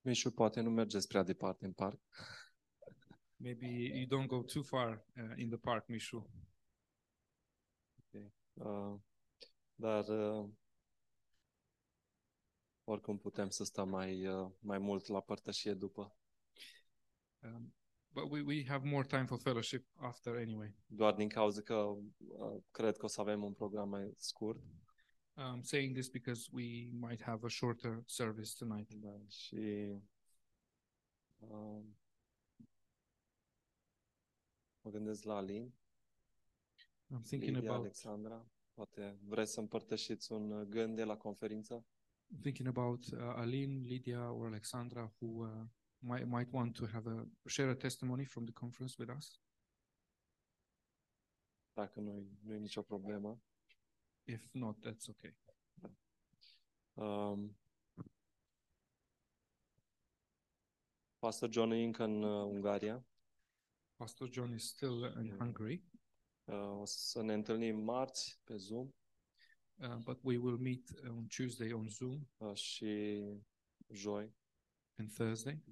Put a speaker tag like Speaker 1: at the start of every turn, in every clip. Speaker 1: Meciul poate nu merge prea departe în parc.
Speaker 2: Maybe you don't go too far uh, in the park, Mișu.
Speaker 1: Uh, dar uh, oricum putem să stăm mai, uh, mai mult la părtășie după.
Speaker 2: Um, but we, we have more time for fellowship after anyway.
Speaker 1: Doar din cauza că uh, cred că o să avem un program mai scurt
Speaker 2: I'm saying this because we might have a shorter service tonight.
Speaker 1: da, și uh, mă gândesc la Alin,
Speaker 2: I'm thinking
Speaker 1: Lidia,
Speaker 2: about
Speaker 1: Alexandra. Poate vreți să împărtășiți un uh, gând de la conferință?
Speaker 2: thinking about uh, Aline, Lydia, or Alexandra who uh, might might want to have a share a testimony from the conference with us.
Speaker 1: Dacă nu nu e nicio problemă.
Speaker 2: If not, that's okay.
Speaker 1: Um, Pastor John e încă în uh, Ungaria.
Speaker 2: Pastor John is still in
Speaker 1: Yeah.
Speaker 2: Hungary,
Speaker 1: Uh, o să ne întâlnim marți pe Zoom
Speaker 2: uh, but we will meet on Tuesday on Zoom
Speaker 1: uh, și joi. da.
Speaker 2: and Thursday.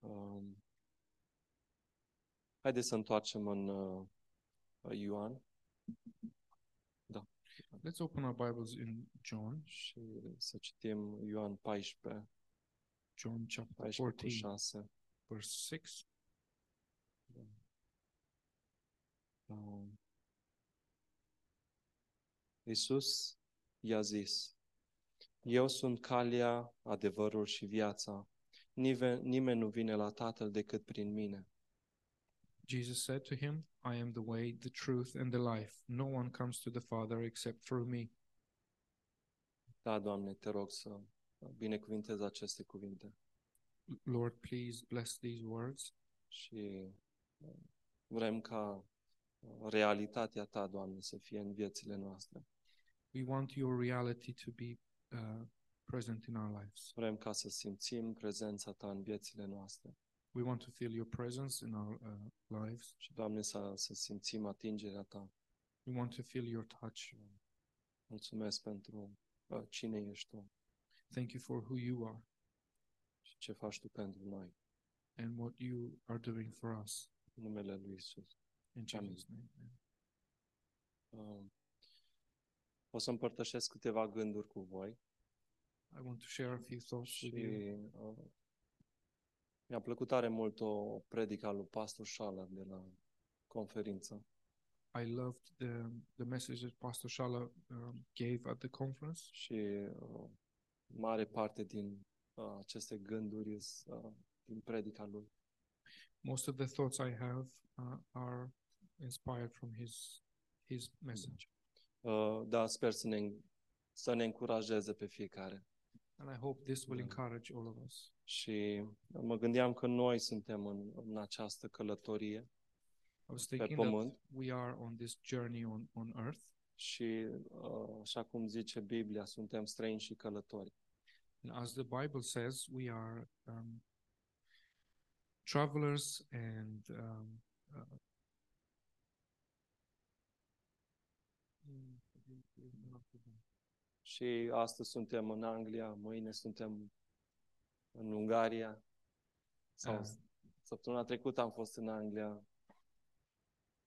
Speaker 1: Um, haideți să întoarcem în uh, Ioan
Speaker 2: Let's open our Bibles in John,
Speaker 1: și să citim Ioan 14,
Speaker 2: John chapter
Speaker 1: 14 cu
Speaker 2: 14,
Speaker 1: 6.
Speaker 2: verse 6.
Speaker 1: Um, Iisus i-a zis, Eu sunt calea, adevărul și viața. Nive- nimeni nu vine la Tatăl decât prin mine.
Speaker 2: Jesus said to him, I am the way, the truth, and the life. No one comes to the Father except through me.
Speaker 1: Da, Doamne, te rog să binecuvintez aceste cuvinte
Speaker 2: Lord, please bless these words.
Speaker 1: și uh, vrem ca uh, realitatea Ta, Doamne, să fie în viețile noastre.
Speaker 2: We want your reality to be uh, present in our lives.
Speaker 1: Vrem ca să simțim prezența Ta în viețile noastre
Speaker 2: We want to feel your presence in our uh, lives.
Speaker 1: și, Doamne, să, să simțim atingerea Ta.
Speaker 2: We want to feel your touch.
Speaker 1: Mulțumesc pentru uh, cine ești Tu.
Speaker 2: Thank you for who you are
Speaker 1: și ce faci tu pentru noi.
Speaker 2: and what you are doing for us.
Speaker 1: În numele lui Isus.
Speaker 2: In
Speaker 1: Amen.
Speaker 2: Jesus' name. amen.
Speaker 1: Um, O să împărtășesc câteva gânduri cu voi
Speaker 2: I want to share a few thoughts
Speaker 1: și
Speaker 2: with you.
Speaker 1: uh, mi-a plăcut tare mult o predica lui Pastor Schaller de la conferință
Speaker 2: I loved the the message that Pastor Shala um, gave at the conference.
Speaker 1: și uh, mare parte din uh, aceste gânduri is, uh, din predica lui.
Speaker 2: Most of the thoughts I have uh, are inspired from his his message,
Speaker 1: Uh, Dar sper să ne, să ne încurajeze pe fiecare.
Speaker 2: and I hope this will
Speaker 1: Yeah.
Speaker 2: encourage all of us.
Speaker 1: Și mă gândeam că noi suntem în, în această călătorie
Speaker 2: I was
Speaker 1: Pe
Speaker 2: thinking
Speaker 1: pământ.
Speaker 2: that we are on this journey on on earth,
Speaker 1: și uh, așa cum zice Biblia, suntem străini și călători.
Speaker 2: and as the Bible says, we are um, travelers and um, uh,
Speaker 1: Și astăzi suntem în Anglia, mâine suntem în Ungaria. Sau
Speaker 2: Ah.
Speaker 1: săptămâna trecută am fost în Anglia,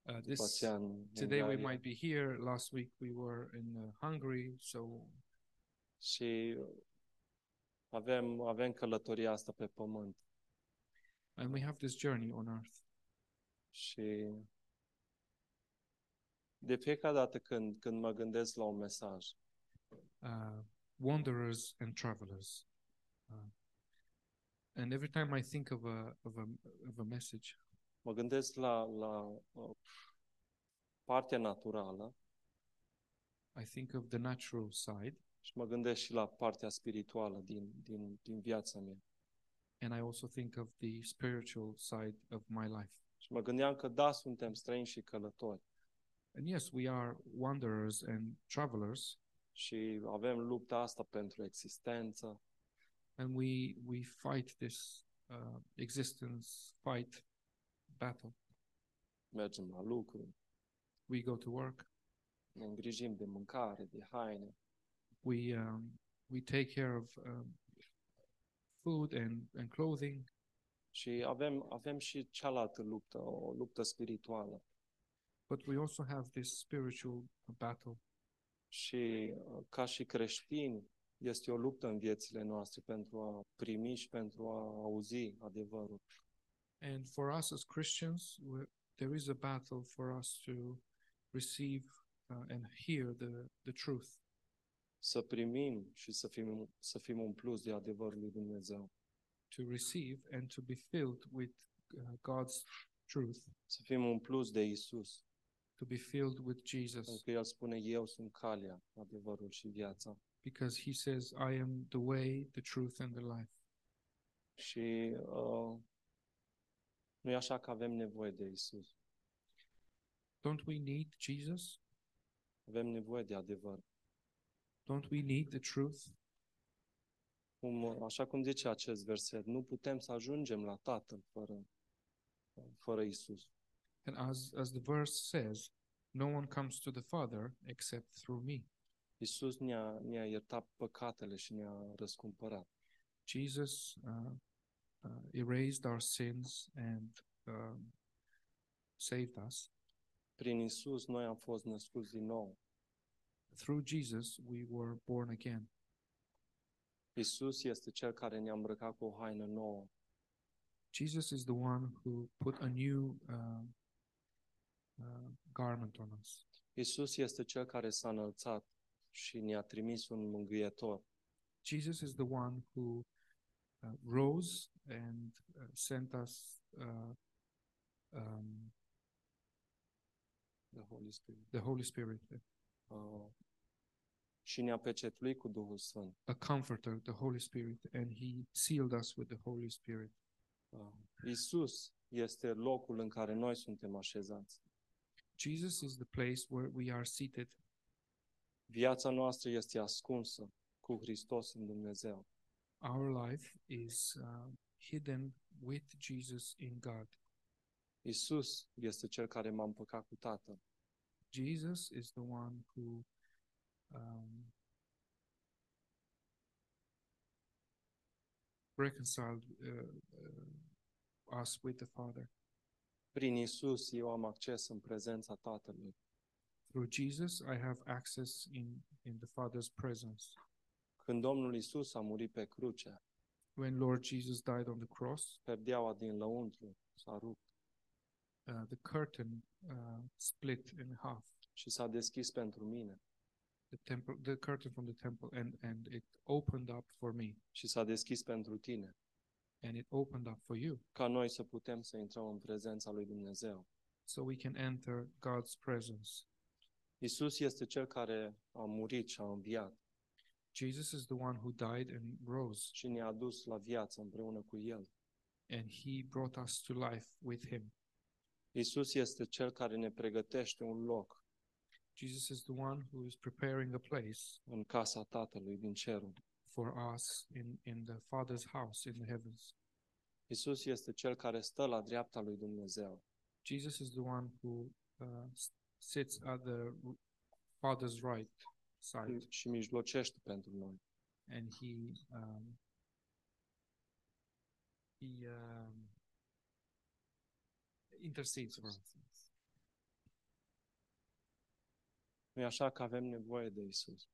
Speaker 2: uh,
Speaker 1: după
Speaker 2: this
Speaker 1: aceea în
Speaker 2: Today we
Speaker 1: Ungaria.
Speaker 2: might be here. Last week we were in uh, Hungary, so
Speaker 1: Și avem, avem călătoria asta pe pământ.
Speaker 2: and we have this journey on earth.
Speaker 1: Și de fiecare dată când, când mă gândesc la un mesaj,
Speaker 2: Uh, wanderers and travelers. Uh, and every time I think of a of a of a message,
Speaker 1: mă gândesc la, la uh, partea naturală
Speaker 2: I think of the natural side,
Speaker 1: Și mă gândesc și la partea spirituală din, din, din viața mea.
Speaker 2: and I also think of the spiritual side of my life.
Speaker 1: Și mă gândeam că da, suntem străini și călători
Speaker 2: And yes, we are wanderers and travelers,
Speaker 1: și avem lupta asta pentru existență
Speaker 2: and we we fight this uh, existence fight battle.
Speaker 1: mergem la lucru,
Speaker 2: We go to work.
Speaker 1: ne îngrijim de mâncare, de haine,
Speaker 2: we um, we take care of um, food and, and clothing,
Speaker 1: Și avem, avem și cealaltă luptă, o luptă spirituală.
Speaker 2: but we also have this spiritual battle.
Speaker 1: Și uh, ca și creștini, este o luptă în viețile noastre pentru a primi și pentru a auzi adevărul.
Speaker 2: And for us as Christians, we there is a battle for us to receive uh, and hear the, the truth,
Speaker 1: Să primim și să fim, să fim umpluți de adevărul lui Dumnezeu.
Speaker 2: to receive and to be filled with uh, God's truth,
Speaker 1: Să fim umpluți de Isus.
Speaker 2: to be filled with Jesus,
Speaker 1: Pentru că El spune, eu sunt calea, adevărul și viața.
Speaker 2: because He says, I am the way, the truth, and the life.
Speaker 1: Și uh, nu e așa că avem nevoie de Isus.
Speaker 2: Don't we need Jesus?
Speaker 1: Avem nevoie de adevăr.
Speaker 2: Don't we need the truth?
Speaker 1: Cum, așa cum zice acest verset, nu putem să ajungem la Tatăl fără, fără Isus.
Speaker 2: And as, as the verse says, no one comes to the Father except through me.
Speaker 1: Isus ne-a, ne-a iertat păcatele și ne-a răscumpărat.
Speaker 2: Jesus uh, uh, erased our sins and um, saved us.
Speaker 1: Prin Isus noi am fost născuți din nou.
Speaker 2: Through Jesus, we were born again.
Speaker 1: Isus este cel care ne-a îmbrăcat cu o haină nouă.
Speaker 2: Jesus is the one who put a new um uh, garment on us.
Speaker 1: Isus este cel care s-a înălțat și ne-a trimis un mângâietor.
Speaker 2: Jesus is the one who uh, rose and uh, sent us uh, um,
Speaker 1: The Holy Spirit.
Speaker 2: the Holy Spirit,
Speaker 1: Uh, și ne-a pecetuit cu Duhul Sfânt.
Speaker 2: a comforter, the Holy Spirit, and He sealed us with the Holy Spirit.
Speaker 1: Uh, Isus este locul în care noi suntem așezați.
Speaker 2: Jesus is the place where we are seated.
Speaker 1: Viața noastră este ascunsă cu Hristos în Dumnezeu.
Speaker 2: Our life is uh, hidden with Jesus in God.
Speaker 1: Isus este cel care m-a împăcat cu Tatăl.
Speaker 2: Jesus is the one who um, reconciled uh, uh, us with the Father.
Speaker 1: Prin Isus eu am acces în prezența Tatălui.
Speaker 2: Through Jesus, I have access in, in the Father's presence.
Speaker 1: Când Domnul Isus a murit pe cruce,
Speaker 2: When Lord Jesus died on the cross,
Speaker 1: perdeaua din lăuntru s-a rupt
Speaker 2: uh, the curtain uh, split in half.
Speaker 1: și s-a deschis pentru mine
Speaker 2: The temple, the curtain from the temple, and and it opened up for me,
Speaker 1: și s-a deschis pentru tine,
Speaker 2: and it opened up for you,
Speaker 1: ca noi să putem să intrăm în prezența lui Dumnezeu.
Speaker 2: so we can enter God's presence.
Speaker 1: Isus este cel care a murit și a înviat
Speaker 2: Jesus is the one who died and rose,
Speaker 1: și ne-a adus la viață împreună cu El.
Speaker 2: and He brought us to life with Him.
Speaker 1: Isus este cel care ne pregătește un loc
Speaker 2: Jesus is the one who is preparing a place
Speaker 1: în casa Tatălui din cerul.
Speaker 2: for us in in the Father's house in the heavens.
Speaker 1: Isus este cel care stă la dreapta lui Dumnezeu.
Speaker 2: Jesus is the one who uh, s- sits at the r- Father's right side.
Speaker 1: și mijlocește pentru noi.
Speaker 2: and he um, he um, intercedes for us.
Speaker 1: Nu e așa că avem nevoie de Isus.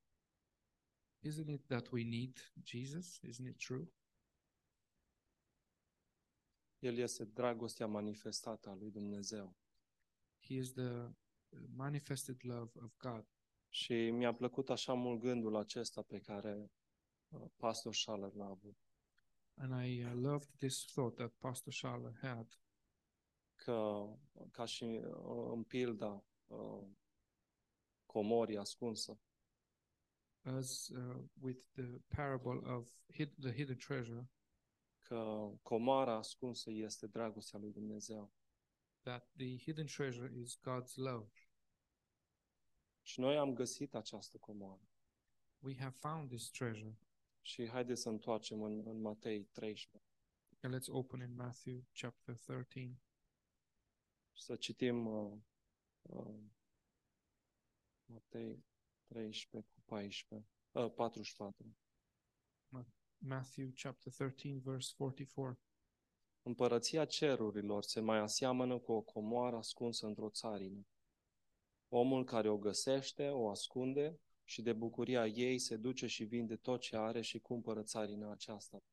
Speaker 2: Isn't it that we need Jesus? Isn't it true?
Speaker 1: El este dragostea manifestată a lui Dumnezeu.
Speaker 2: He is the uh, manifested love of God.
Speaker 1: Și mi-a plăcut așa mult gândul acesta pe care uh, pastor Schaller l-a avut,
Speaker 2: And I uh, loved this thought that Pastor Shala had
Speaker 1: că ca și uh, în pilda uh, comorii ascunsă,
Speaker 2: as uh, with the parable of hid- the hidden treasure
Speaker 1: că comara ascunsă este dragostea lui Dumnezeu.
Speaker 2: that the hidden treasure is God's love.
Speaker 1: Și noi am găsit această comoară.
Speaker 2: We have found this treasure.
Speaker 1: Și haideți să întoarcem în, în Matei 13
Speaker 2: And let's open in Matthew chapter 13.
Speaker 1: și să citim uh, uh, Matei 13 cu 14, uh, 44.
Speaker 2: Matthew chapter 13, verse 44.
Speaker 1: Împărăția cerurilor se mai aseamănă cu o comoară ascunsă într-o țarină. Omul care o găsește, o ascunde și de bucuria ei se duce și vinde tot ce are și cumpără țarina aceasta.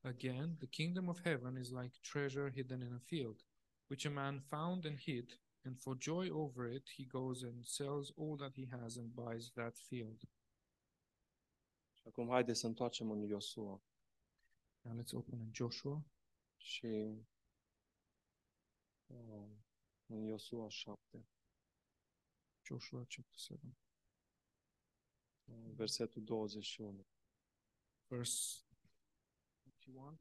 Speaker 2: Again, the kingdom of heaven is like treasure hidden in a field, which a man found and hid, and for joy over it he goes and sells all that he has and buys that field.
Speaker 1: Și acum haideți să întoarcem în Iosua
Speaker 2: Now let's open in Joshua
Speaker 1: și uh, în Iosua 7,
Speaker 2: Joshua chapter 7,
Speaker 1: uh, versetul 21.
Speaker 2: verse 21.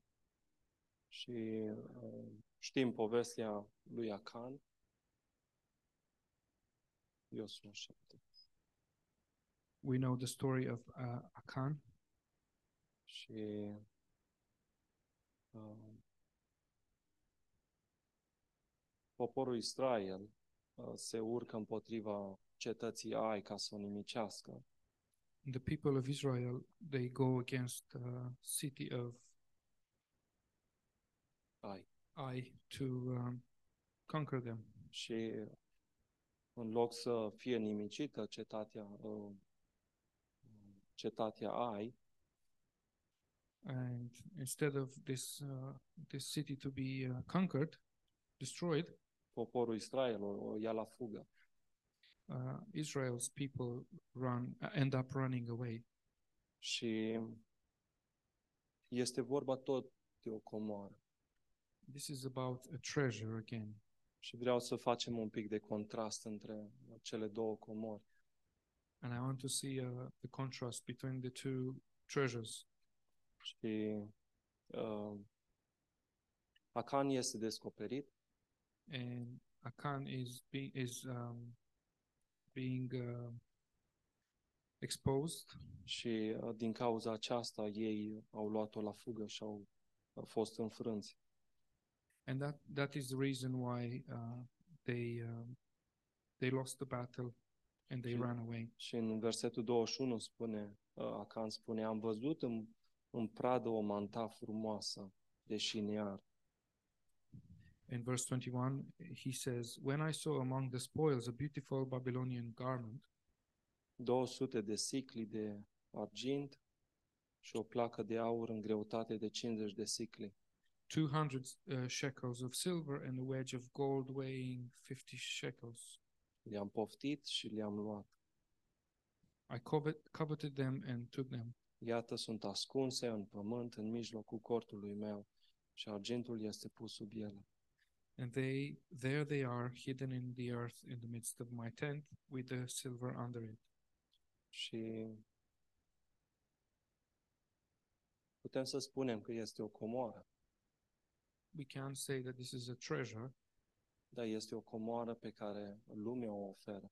Speaker 1: Și uh, știm povestea lui Acan. Iosua 7.
Speaker 2: We know the story of uh, Achan,
Speaker 1: Și uh, poporul Israel uh, se urcă împotriva cetății Ai ca să o nimicească.
Speaker 2: the people of Israel. They go against the city of
Speaker 1: Ai.
Speaker 2: Ai to um, conquer them,
Speaker 1: Și în loc să fie nimicită cetatea, uh, cetatea Ai,
Speaker 2: and instead of this uh, this city to be uh, conquered, destroyed,
Speaker 1: poporul Israel o, o ia la fugă.
Speaker 2: uh, Israel's people run uh, end up running away.
Speaker 1: Și este vorba tot de o comoară.
Speaker 2: This is about a treasure again,
Speaker 1: Și vreau să facem un pic de contrast între cele două comori.
Speaker 2: and I want to see uh, the contrast between the two treasures.
Speaker 1: Și uh, Acan este descoperit
Speaker 2: and Akan is being is um, being uh, exposed,
Speaker 1: și uh, din cauza aceasta ei au luat-o la fugă și au au fost înfrânți.
Speaker 2: and that that is the reason why uh, they um, they lost the battle and they
Speaker 1: Sure.
Speaker 2: ran away.
Speaker 1: Și în versetul 21 spune, uh, Acan spune, am văzut în, în pradă o manta frumoasă de șiniar
Speaker 2: In verse 21, he says, "When I saw among the spoils a beautiful Babylonian garment
Speaker 1: 200 de sicli de argint și o placă de aur în greutate de 50 de sicli.
Speaker 2: 200 uh, shekels of silver and a wedge of gold weighing 50 shekels.
Speaker 1: Le-am poftit și le-am luat.
Speaker 2: I covet, coveted them and took them.
Speaker 1: Iată, sunt ascunse în pământ, în mijlocul cortului meu, și argintul este pus sub ele.
Speaker 2: And they there they are hidden in the earth in the midst of my tent with the silver under it.
Speaker 1: Și putem să spunem că este o comoară,
Speaker 2: We can say that this is a treasure,
Speaker 1: dar este o comoară pe care lumea o oferă.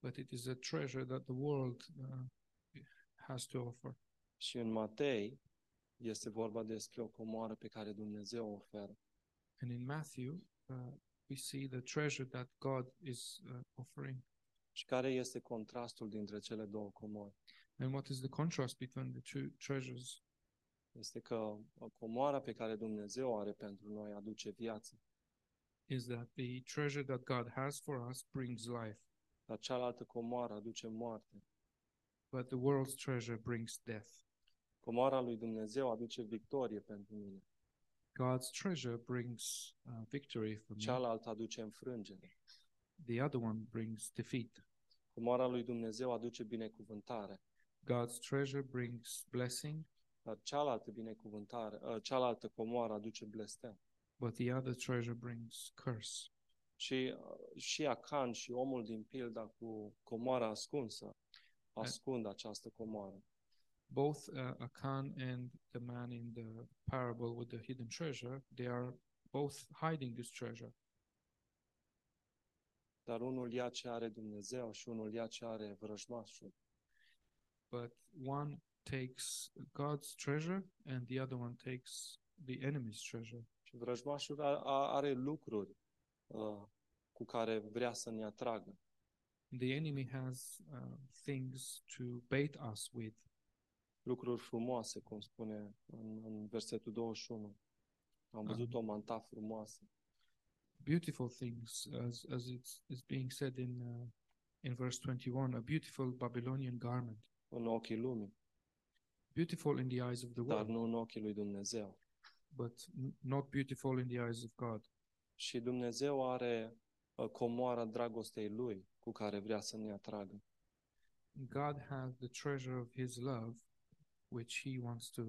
Speaker 2: but it is a treasure that the world uh, has to offer.
Speaker 1: Și în Matei este vorba despre o comoară pe care Dumnezeu o oferă.
Speaker 2: And in Matthew, uh, we see the treasure that God is uh, offering.
Speaker 1: Și care este contrastul dintre cele două comori?
Speaker 2: And what is the contrast between the two treasures?
Speaker 1: Este că comoara pe care Dumnezeu o are pentru noi aduce viață,
Speaker 2: Is that the treasure that God has for us brings life,
Speaker 1: dar cealaltă comoară aduce moarte.
Speaker 2: but the world's treasure brings death.
Speaker 1: Comoara lui Dumnezeu aduce victorie pentru mine,
Speaker 2: God's treasure brings uh, victory for me.
Speaker 1: cealaltă aduce înfrângere.
Speaker 2: The other one brings defeat.
Speaker 1: Comoara lui Dumnezeu aduce binecuvântare,
Speaker 2: God's treasure brings blessing,
Speaker 1: dar cealaltă binecuvântare, ă, cealaltă comoară aduce blestem.
Speaker 2: but the other treasure brings curse.
Speaker 1: Și ă, și Acan și omul din pilda cu comoara ascunsă ascund această comoară.
Speaker 2: Both uh, Achan and the man in the parable with the hidden treasure, they are both hiding this treasure,
Speaker 1: Dar unul ia ce are Dumnezeu și unul ia ce are vrăjmașul.
Speaker 2: but one takes God's treasure and the other one takes the enemy's treasure.
Speaker 1: Și vrăjmașul a- a- are lucruri uh, cu care vrea să ne atragă.
Speaker 2: The enemy has uh, things to bait us with,
Speaker 1: lucruri frumoase, cum spune în, în versetul 21. Am văzut o manta frumoasă.
Speaker 2: Beautiful things, as, as it's, it's being said in, uh, in verse 21, a beautiful Babylonian garment,
Speaker 1: în ochii lumii,
Speaker 2: beautiful in the eyes of the
Speaker 1: dar
Speaker 2: world,
Speaker 1: nu în ochii lui Dumnezeu.
Speaker 2: but n- not beautiful in the eyes of God.
Speaker 1: Și Dumnezeu are uh, comoara dragostei lui cu care vrea să ne atragă.
Speaker 2: God has the treasure of His love, which He wants to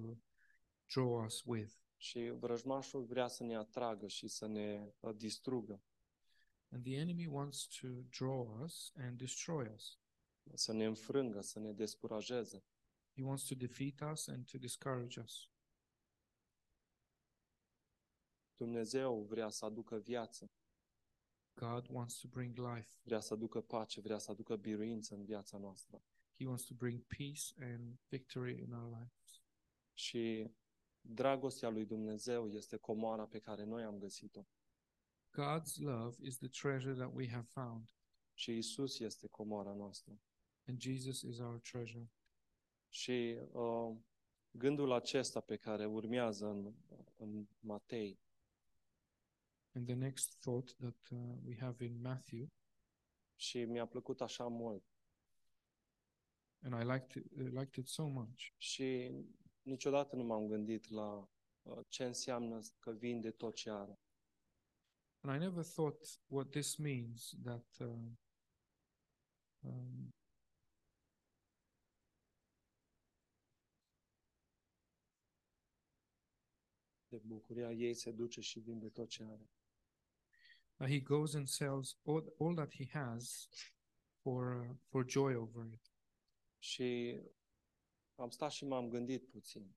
Speaker 2: draw us with.
Speaker 1: Și vrăjmașul vrea să ne atragă și să ne uh, distrugă,
Speaker 2: And the enemy wants to draw us and destroy us.
Speaker 1: să ne înfrângă, să ne descurajeze.
Speaker 2: He wants to defeat us and to discourage us.
Speaker 1: Dumnezeu vrea să aducă viață,
Speaker 2: God wants to bring life.
Speaker 1: vrea să aducă pace, vrea să aducă biruință în viața noastră.
Speaker 2: He wants to bring peace and victory in our lives.
Speaker 1: Și dragostea lui Dumnezeu este comoara pe care noi am găsit-o.
Speaker 2: God's love is the treasure that we have found,
Speaker 1: Și Isus este comoara noastră.
Speaker 2: and Jesus is our treasure.
Speaker 1: Și uh, gândul acesta pe care urmează în, în Matei
Speaker 2: And the next thought that uh, we have in Matthew,
Speaker 1: și mi-a plăcut așa mult
Speaker 2: and I liked it, I liked it so much.
Speaker 1: și niciodată nu m-am gândit la uh, ce înseamnă că vinde tot ce are.
Speaker 2: And I never thought what this means that um, um,
Speaker 1: De bucuria ei se duce și vinde tot ce are.
Speaker 2: that he goes and sells all, all that he has for uh, for joy over it.
Speaker 1: Și am stat și m-am gândit puțin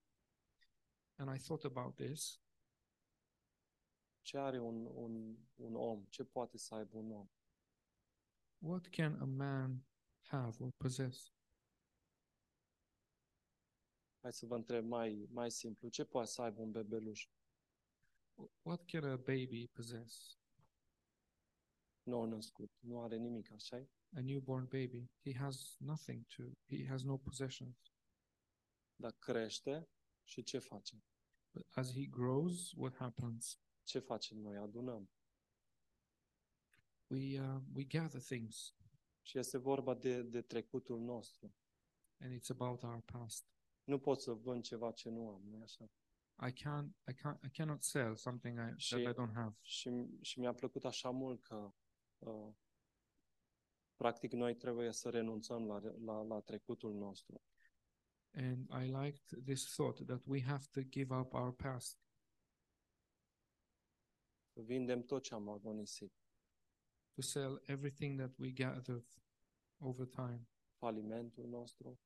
Speaker 2: And I thought about this:
Speaker 1: ce are un, un, un om, ce poate să aibă un om.
Speaker 2: what can a man have or possess?
Speaker 1: Hai să vă întreb mai, mai simplu, ce poate să aibă un bebeluș?
Speaker 2: Wh- What can a baby possess?
Speaker 1: Nou născut, nu are nimic, așa
Speaker 2: A newborn baby, he has nothing to. He has no possessions.
Speaker 1: Dar crește și ce face?
Speaker 2: But as he grows, what happens?
Speaker 1: Ce facem noi? Adunăm.
Speaker 2: We uh, we gather things,
Speaker 1: Și este vorba de, de trecutul nostru.
Speaker 2: and it's about our past.
Speaker 1: Nu pot să vând ceva ce nu am, nu așa?
Speaker 2: I can't, I can't, I cannot sell something I, that
Speaker 1: Share.
Speaker 2: I don't have.
Speaker 1: Și, și mi-a plăcut așa mult că uh, practic noi trebuie să renunțăm la, la, la trecutul nostru.
Speaker 2: And I liked this thought that we have to give up our past.
Speaker 1: Vindem tot ce am agonisit.
Speaker 2: to sell everything that we gathered over time
Speaker 1: Falimentul nostru,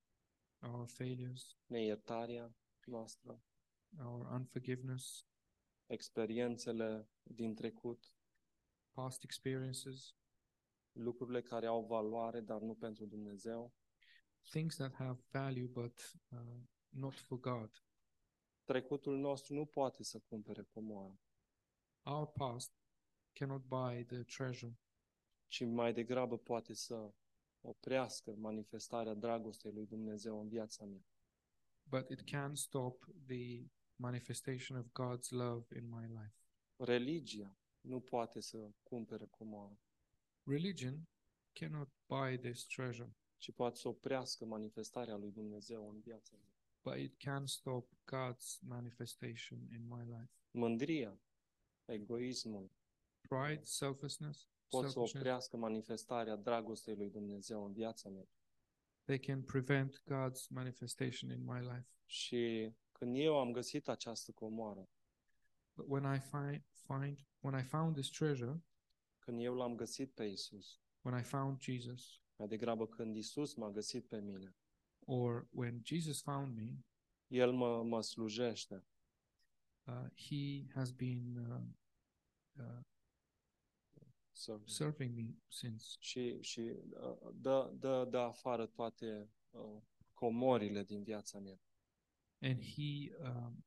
Speaker 2: our failures,
Speaker 1: neiertarea noastră,
Speaker 2: our unforgiveness,
Speaker 1: experiențele din trecut,
Speaker 2: past experiences,
Speaker 1: lucrurile care au valoare, dar nu pentru Dumnezeu.
Speaker 2: things that have value but uh, not for God.
Speaker 1: Trecutul nostru nu poate să cumpere comoara.
Speaker 2: Our past cannot buy the treasure,
Speaker 1: ci mai degrabă poate să oprească manifestarea dragostei lui Dumnezeu în viața mea.
Speaker 2: but it can stop the manifestation of God's love in my life.
Speaker 1: Religia nu poate să cumpere comoara,
Speaker 2: Religion cannot buy this treasure,
Speaker 1: ci poate să oprească manifestarea lui Dumnezeu în viața mea.
Speaker 2: but it can stop God's manifestation in my life.
Speaker 1: Mândria, egoismul
Speaker 2: Pride, selfishness,
Speaker 1: pot să
Speaker 2: selfishness
Speaker 1: oprească manifestarea dragostei lui Dumnezeu în viața mea.
Speaker 2: they can prevent God's manifestation in my life.
Speaker 1: Și când eu am găsit această comoară,
Speaker 2: But when I find find when I found this treasure,
Speaker 1: când eu l-am găsit pe Isus,
Speaker 2: when I found Jesus,
Speaker 1: mai degrabă când Isus m-a găsit pe mine,
Speaker 2: or when Jesus found me,
Speaker 1: El mă, mă slujește,
Speaker 2: uh, He has been uh, uh,
Speaker 1: să
Speaker 2: serving me since,
Speaker 1: și, și uh, dă, dă, dă afară toate uh, comorile din viața mea.
Speaker 2: and He um,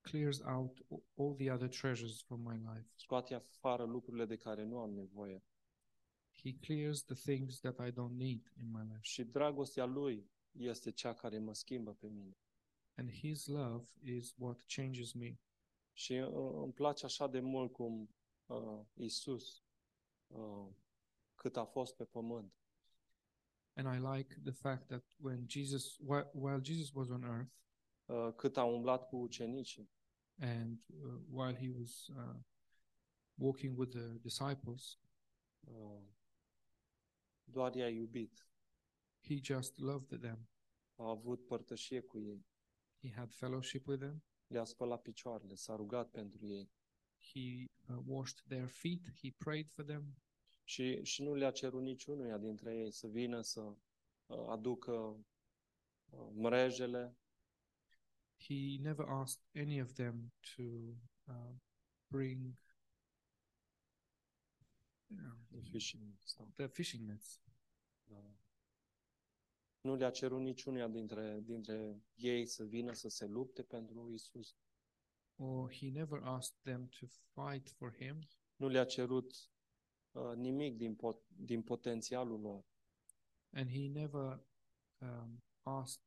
Speaker 2: clears out a- all the other treasures from my life.
Speaker 1: Scoate afară lucrurile de care nu am nevoie.
Speaker 2: He clears the things that I don't need in my life,
Speaker 1: Și dragostea Lui este cea care mă schimbă pe mine.
Speaker 2: and His love is what changes me.
Speaker 1: Și uh, îmi place așa de mult cum uh, Isus, uh, cât a fost pe pământ,
Speaker 2: And I like the fact that when Jesus, whi- while Jesus was on earth
Speaker 1: uh, cât a umblat cu ucenicii,
Speaker 2: and uh, while He was uh, walking with the disciples,
Speaker 1: uh, doar i-a iubit,
Speaker 2: He just loved them.
Speaker 1: a avut părtășie cu ei,
Speaker 2: He had fellowship with them.
Speaker 1: le-a spălat picioarele, s-a rugat pentru ei
Speaker 2: He uh, washed their feet. He prayed for them.
Speaker 1: și, și nu le-a cerut niciunuia dintre ei să vină să uh, aducă uh, mrejele,
Speaker 2: He never asked any of them to uh, bring um,
Speaker 1: fishing sau
Speaker 2: their fishing nets.
Speaker 1: Da. Nu le-a cerut niciunia dintre, dintre ei să vină să se lupte pentru Isus.
Speaker 2: or he never asked them to fight for him.
Speaker 1: Nu le-a cerut uh, nimic din, pot, din potențialul lor.
Speaker 2: and he never um, asked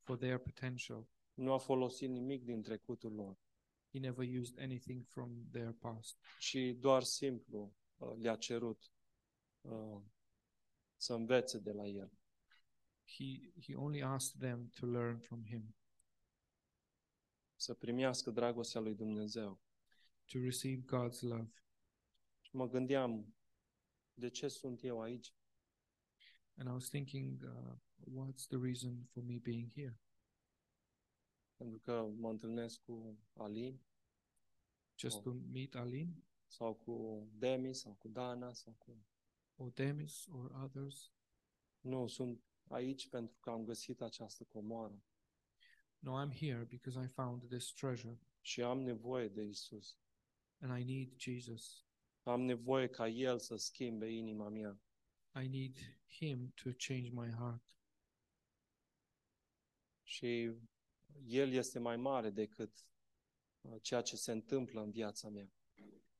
Speaker 2: for their potential.
Speaker 1: Nu a folosit nimic din trecutul lor,
Speaker 2: He never used anything from their past.
Speaker 1: ci doar simplu uh, le-a cerut uh, să învețe de la el.
Speaker 2: He he only asked them to learn from him,
Speaker 1: Să primească dragostea lui Dumnezeu.
Speaker 2: to receive God's love.
Speaker 1: Și mă gândeam, de ce sunt eu aici?
Speaker 2: And I was thinking, uh, what's the reason for me being here?
Speaker 1: Pentru că mă întâlnesc cu Alin
Speaker 2: Just
Speaker 1: Oh.
Speaker 2: to meet Aline
Speaker 1: sau cu Demi sau cu Dana sau cu
Speaker 2: or Demis or others?
Speaker 1: Nu, sunt aici pentru că am găsit această comoară
Speaker 2: No, I'm here because I found this treasure,
Speaker 1: și am nevoie de Isus.
Speaker 2: and I need Jesus.
Speaker 1: Am nevoie ca El să schimbe inima mea.
Speaker 2: I need Him to change my heart.
Speaker 1: Și El este mai mare decât uh, ceea ce se întâmplă în viața mea.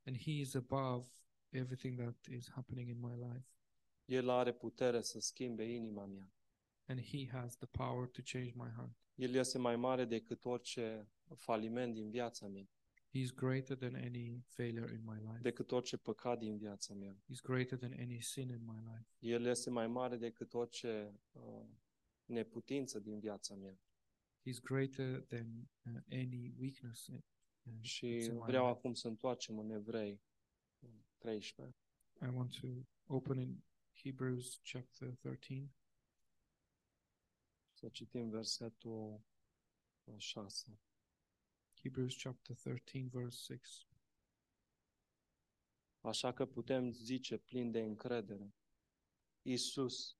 Speaker 2: and he is above everything that is happening in my life
Speaker 1: El are putere să schimbe inima mea.
Speaker 2: and he has the power to change my heart
Speaker 1: El este mai mare decât orice faliment din viața mea,
Speaker 2: he's greater than any failure in my life
Speaker 1: decât orice păcat din viața mea.
Speaker 2: he's greater than any sin in my life
Speaker 1: El este mai mare decât orice uh, neputință din viața mea.
Speaker 2: he's greater than uh, any weakness in, uh, that's
Speaker 1: Și
Speaker 2: in my
Speaker 1: vreau
Speaker 2: life.
Speaker 1: acum să întoarcem în Evrei uh, în 13.
Speaker 2: i want to open in hebrews chapter 13
Speaker 1: Să citim versetul uh, 6.
Speaker 2: hebrews chapter 13 verse 6
Speaker 1: Așa că putem zice plin de încredere, Iisus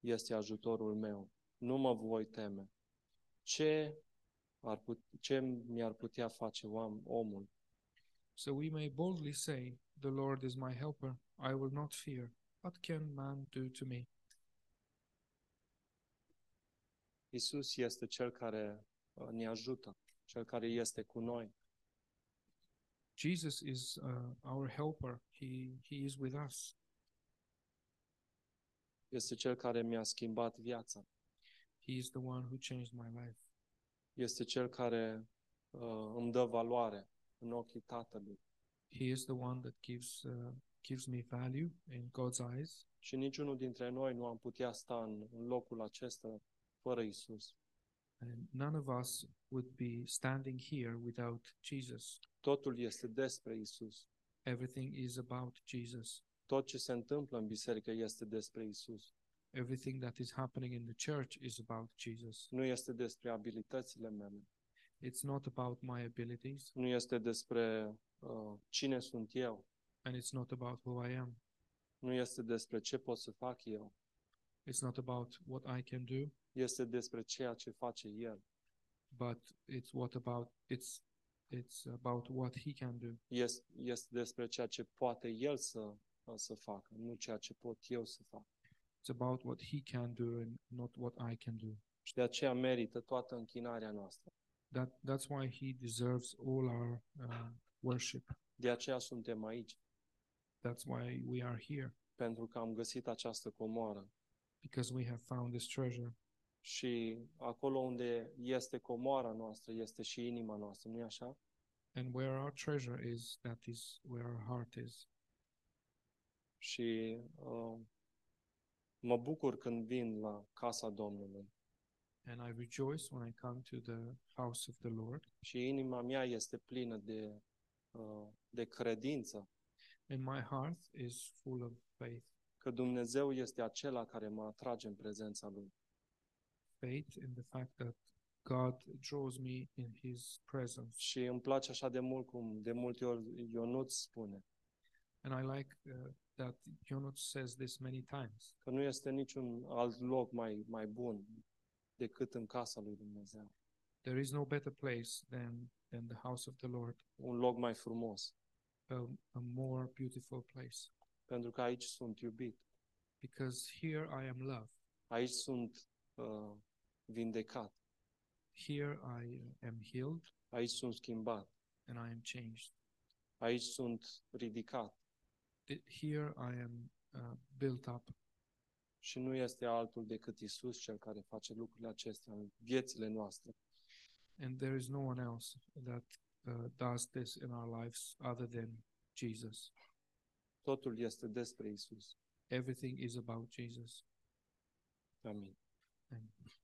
Speaker 1: este ajutorul meu, nu mă voi teme. Ce, ar put- ce mi-ar putea face oam, omul?
Speaker 2: so we may boldly say the lord is my helper i will not fear what can man do to me
Speaker 1: Iisus este Cel care uh, ne ajută, Cel care este cu noi.
Speaker 2: Jesus is uh, our helper. He he is with us.
Speaker 1: Este Cel care mi-a schimbat viața.
Speaker 2: He is the one who changed my life.
Speaker 1: Este Cel care uh, îmi dă valoare în ochii Tatălui.
Speaker 2: He is the one that gives uh, gives me value in God's eyes.
Speaker 1: Și niciunul dintre noi nu am putea sta în, în locul acesta fără Isus.
Speaker 2: And none of us would be standing here without Jesus.
Speaker 1: Totul este despre Isus.
Speaker 2: Everything is about Jesus.
Speaker 1: Tot ce se întâmplă în biserică este despre Isus.
Speaker 2: Everything that is happening in the church is about Jesus.
Speaker 1: Nu este despre abilitățile mele,
Speaker 2: It's not about my abilities
Speaker 1: nu este despre uh, cine sunt eu,
Speaker 2: and it's not about who I am.
Speaker 1: nu este despre ce pot să fac eu,
Speaker 2: It's not about what I can do,
Speaker 1: este despre ceea ce face El.
Speaker 2: but it's what about it's it's about what he can do.
Speaker 1: Este, este despre ceea ce poate El să, uh, să facă, nu ceea ce pot eu să fac.
Speaker 2: It's about what he can do and not what I can do.
Speaker 1: Și de aceea merită toată închinarea noastră.
Speaker 2: That that's why he deserves all our uh, worship.
Speaker 1: De aceea suntem aici,
Speaker 2: That's why we are here
Speaker 1: pentru că am găsit această comoară
Speaker 2: because we have found this treasure
Speaker 1: și acolo unde este comoara noastră, este și inima noastră, nu-i așa?
Speaker 2: And where our treasure is, that is where our heart is.
Speaker 1: Și uh, mă bucur când vin la casa Domnului
Speaker 2: And I rejoice when I come to the house of the Lord,
Speaker 1: și inima mea este plină de, uh, de credință
Speaker 2: and my heart is full of faith.
Speaker 1: că Dumnezeu este acela care mă atrage în prezența Lui.
Speaker 2: Faith in the fact that God draws me in His presence.
Speaker 1: Și îmi place așa de mult cum de multe ori Ionut spune
Speaker 2: And I like uh, that Yonut says this many times
Speaker 1: că nu este niciun alt loc mai, mai bun decât în casa lui Dumnezeu.
Speaker 2: there is no better place than, than the house of the Lord,
Speaker 1: Un loc mai frumos,
Speaker 2: a, a more beautiful place,
Speaker 1: pentru că aici sunt iubit,
Speaker 2: because here I am loved,
Speaker 1: aici sunt uh, vindecat,
Speaker 2: here I uh, am healed,
Speaker 1: aici sunt schimbat,
Speaker 2: and I am changed.
Speaker 1: aici sunt ridicat
Speaker 2: Th- Here I am uh, built up,
Speaker 1: și nu este altul decât Isus cel care face lucrurile acestea în viețile noastre.
Speaker 2: and there is no one else that uh, does this in our lives other than Jesus.
Speaker 1: Totul este despre Isus.
Speaker 2: Everything is about Jesus.
Speaker 1: Amin.
Speaker 2: Amen.